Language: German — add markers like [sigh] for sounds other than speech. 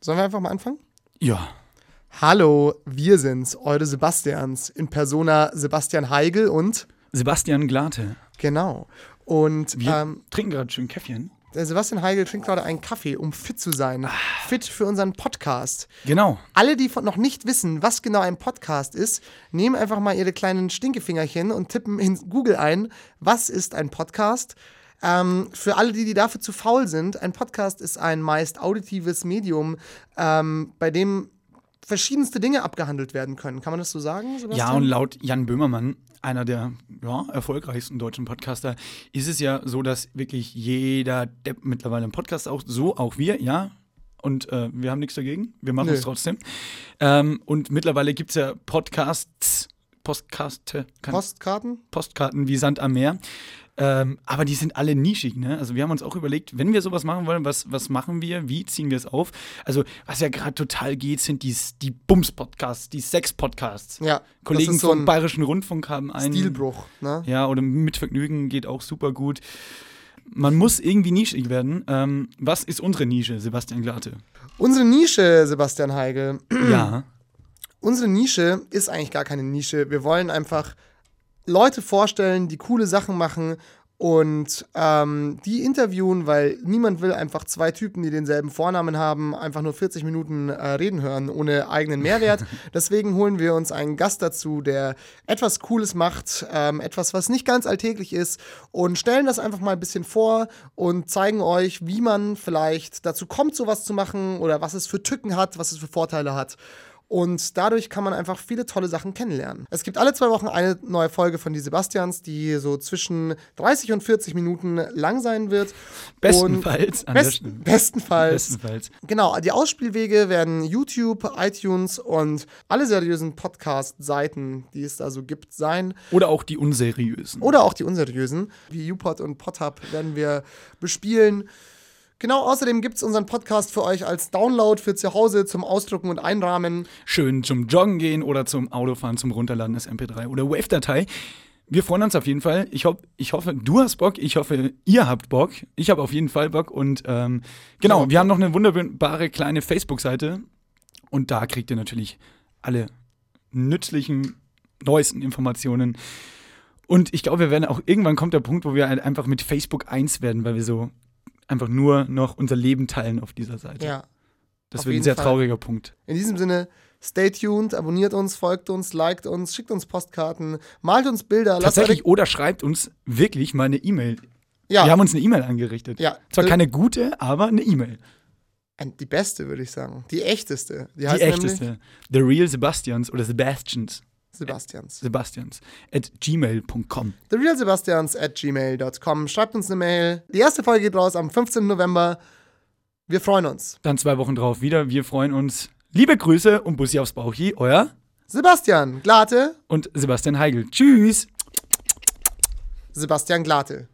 Sollen wir einfach mal anfangen? Ja. Hallo, wir sind's, eure Sebastians. In Persona Sebastian Heigl und Sebastian Glate. genau. Und Wir ähm, trinken gerade schön Käffchen. der Sebastian Heigl trinkt gerade einen Kaffee, um fit zu sein. Fit für unseren Podcast. Genau. Alle, die von noch nicht wissen, was genau ein Podcast ist, nehmen einfach mal ihre kleinen Stinkefingerchen und tippen in Google ein, was ist ein Podcast? Ähm, für alle, die, die dafür zu faul sind, ein Podcast ist ein meist auditives Medium, ähm, bei dem verschiedenste Dinge abgehandelt werden können. Kann man das so sagen, Sebastian? Ja, und laut Jan Böhmermann, einer der ja, erfolgreichsten deutschen Podcaster, ist es ja so, dass wirklich jeder Depp mittlerweile einen Podcast auch so auch wir, ja. Und äh, wir haben nichts dagegen. Wir machen Nö. es trotzdem. Ähm, und mittlerweile gibt es ja Podcasts, Postkaste, kann, Postkarten? Postkarten wie Sand am Meer. Ähm, aber die sind alle nischig, ne? Also wir haben uns auch überlegt, wenn wir sowas machen wollen, was, was machen wir, wie ziehen wir es auf? Also, was ja gerade total geht, sind die, die Bums-Podcasts, die Sex-Podcasts. Ja. das Kollegen ist so vom ein Bayerischen Rundfunk haben einen. Stilbruch. Ne? Ja, oder mit Vergnügen geht auch super gut. Man muss irgendwie nischig werden. Ähm, was ist unsere Nische, [clears throat] Sebastian Glate? Unsere Nische, Sebastian Heigl, ja. unsere Nische ist eigentlich gar keine Nische. Wir wollen einfach Leute vorstellen, die coole Sachen machen und ähm, die interviewen, weil niemand will einfach zwei Typen, die denselben Vornamen haben, einfach nur 40 Minuten äh, reden hören, ohne eigenen Mehrwert. Deswegen holen wir uns einen Gast dazu, der etwas Cooles macht, ähm, etwas, was nicht ganz alltäglich ist und stellen das einfach mal ein bisschen vor und zeigen euch, wie man vielleicht dazu kommt, sowas zu machen oder was es für Tücken hat, was es für Vorteile hat. Und dadurch kann man einfach viele tolle Sachen kennenlernen. Es gibt alle zwei Wochen eine neue Folge von Die Sebastians, die so zwischen 30 und 40 Minuten lang sein wird. Bestenfalls. Und an der best, Stelle. bestenfalls. Bestenfalls. Genau, die Ausspielwege werden YouTube, iTunes und alle seriösen Podcast-Seiten, die es da so gibt, sein. Oder auch die unseriösen. Oder auch die unseriösen, wie YouPod und PodHub, werden wir bespielen. Genau, außerdem gibt es unseren Podcast für euch als Download für zu Hause zum Ausdrucken und Einrahmen. schön zum Joggen gehen oder zum Autofahren, zum Runterladen des MP3 oder Wave-Datei. Wir freuen uns auf jeden Fall. Ich, hoff, ich hoffe, du hast Bock. Ich hoffe, ihr habt Bock. Ich habe auf jeden Fall Bock. Und ähm, genau, wir haben noch eine wunderbare kleine Facebook-Seite. Und da kriegt ihr natürlich alle nützlichen, neuesten Informationen. Und ich glaube, wir werden auch irgendwann kommt der Punkt, wo wir halt einfach mit Facebook eins werden, weil wir so einfach nur noch unser Leben teilen auf dieser Seite. Ja. das auf wird ein jeden sehr Fall. trauriger Punkt. In diesem Sinne, stay tuned, abonniert uns, folgt uns, liked uns, schickt uns Postkarten, malt uns Bilder, lasst eure, Tatsächlich, oder schreibt uns wirklich mal eine E-Mail. ja, Wir haben uns eine E-Mail angerichtet. Ja. Äh, Zwar keine gute, aber eine E-Mail. die beste, würde ich sagen. Die echteste. Die, Die heißt nämlich echteste. The Real Sebastians oder Sebastians. Sebastians. Sebastians. At gmail.com. TheRealSebastians at gmail.com. Schreibt uns eine Mail. Die erste Folge geht raus am 15. November. Wir freuen uns. Dann zwei Wochen drauf wieder. Wir freuen uns. Liebe Grüße und Bussi aufs Bauchi. Euer Sebastian Glate, und Sebastian Heigl. Tschüss. Sebastian Glate.